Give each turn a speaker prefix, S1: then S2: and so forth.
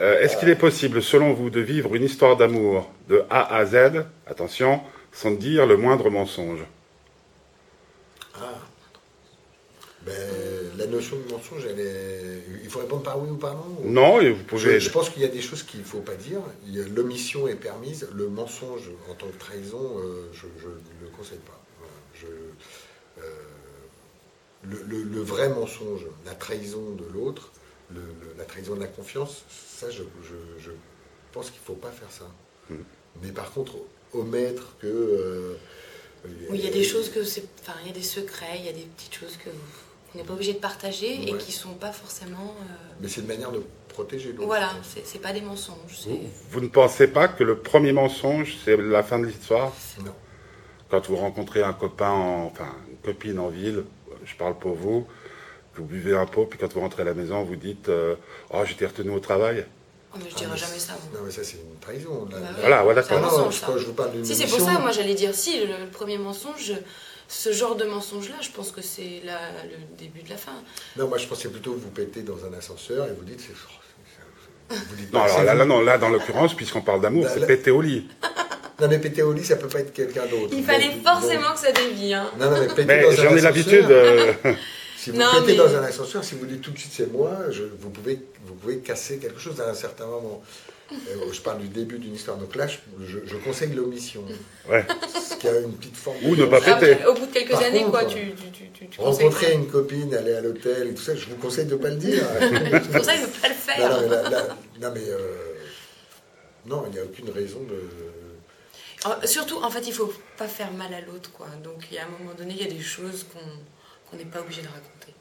S1: Euh, Est-ce qu'il est possible, selon vous, de vivre une histoire d'amour de A à Z, attention, sans dire le moindre mensonge
S2: Ah. Ben, la notion de mensonge, elle est... il faut répondre par oui ou par non ou-
S1: Non, et vous
S2: Je,
S1: pouvez.
S2: je pense qu'il y a des choses qu'il ne faut pas dire. Il y a- L'omission est permise. Le mensonge en tant que trahison, euh, je je ne le conseille pas. Voilà. Je- euh, le, le- le vrai mensonge, la trahison de l'autre, le- le- la trahison de la confiance, ça, je, je- je pense qu'il ne faut pas faire ça. Mais par contre, omettre que. euh,
S3: Où il y a des choses que c'est. Enfin, il y a des secrets, il y a des petites choses que on n'est pas obligé de partager et
S2: Ouais.
S3: qui sont pas forcément. euh,
S2: Mais c'est une manière de protéger l'autre.
S3: Voilà, c'est c'est pas des mensonges. c'est-
S1: Vous, vous ne pensez pas que le premier mensonge, c'est la fin de l'histoire
S2: Non.
S1: Quand vous rencontrez un copain, en- enfin une copine en ville, je parle pour vous, vous buvez un pot, puis quand vous rentrez à la maison, vous dites euh, Oh, j'étais retenu au travail.
S3: Oh, mais je
S2: Ah,
S3: dirais
S2: mais
S3: jamais
S2: c'est-
S3: ça.
S2: Non,
S3: moi.
S2: mais ça, c'est une trahison. La-
S3: Bah
S2: la-
S3: oui.
S1: Voilà, voilà,
S3: C'est
S2: Ah
S3: un
S1: quoi.
S2: non,
S3: mensonge,
S2: je,
S3: ça.
S2: crois que je vous parle d'une
S3: Si, c'est pour
S2: omission.
S3: ça, moi j'allais dire si, le, le premier mensonge, je- ce genre de mensonge-là, je pense que c'est la- le début de la fin.
S2: Non, moi je pensais plutôt que vous pétez dans un ascenseur et vous dites c'est. c'est- c'est- Vous dites
S1: Non,
S2: pas,
S1: alors
S2: c'est
S1: là, là,
S2: vous.
S1: non, là, dans l'occurrence, puisqu'on parle d'amour,
S2: Bah,
S1: c'est
S2: là-
S1: pété au lit.
S2: Non, mais péter au lit, ça peut pas être quelqu'un d'autre.
S3: Il fallait
S2: Donc,
S3: forcément que ça dévie. Hein.
S2: donc- Non, non, mais péter dans
S1: Mais
S2: un
S1: j'en ai
S2: ascenseur,
S1: l'habitude. euh,
S2: Si vous
S3: Non,
S2: pétez
S3: mais-
S2: dans un ascenseur, si vous dites tout de suite c'est moi, je- vous, pouvez, vous pouvez casser quelque chose à un certain moment. Euh, je parle du début d'une histoire. Donc là, je, je- je conseille l'omission.
S1: ouais.
S2: Ce qui a une petite forme.
S1: Ou
S2: de-
S1: ne pas péter.
S3: Après, au bout de quelques
S2: Par
S3: années,
S2: contre,
S3: quoi,
S2: euh,
S3: tu, tu, tu, tu, tu
S2: Rencontrer
S3: conseilles-
S2: une copine, aller à l'hôtel et tout ça, je vous conseille de ne pas le dire.
S3: tu conseilles de ne pas le
S2: Non,
S3: faire.
S2: non, mais, la- la- non, mais, euh, non, il n'y a aucune raison de.
S3: En- Surtout, en fait, il faut pas faire mal à l'autre, quoi. Donc, il y a un moment donné, il y a des choses qu'on qu'on n'est pas obligé de raconter.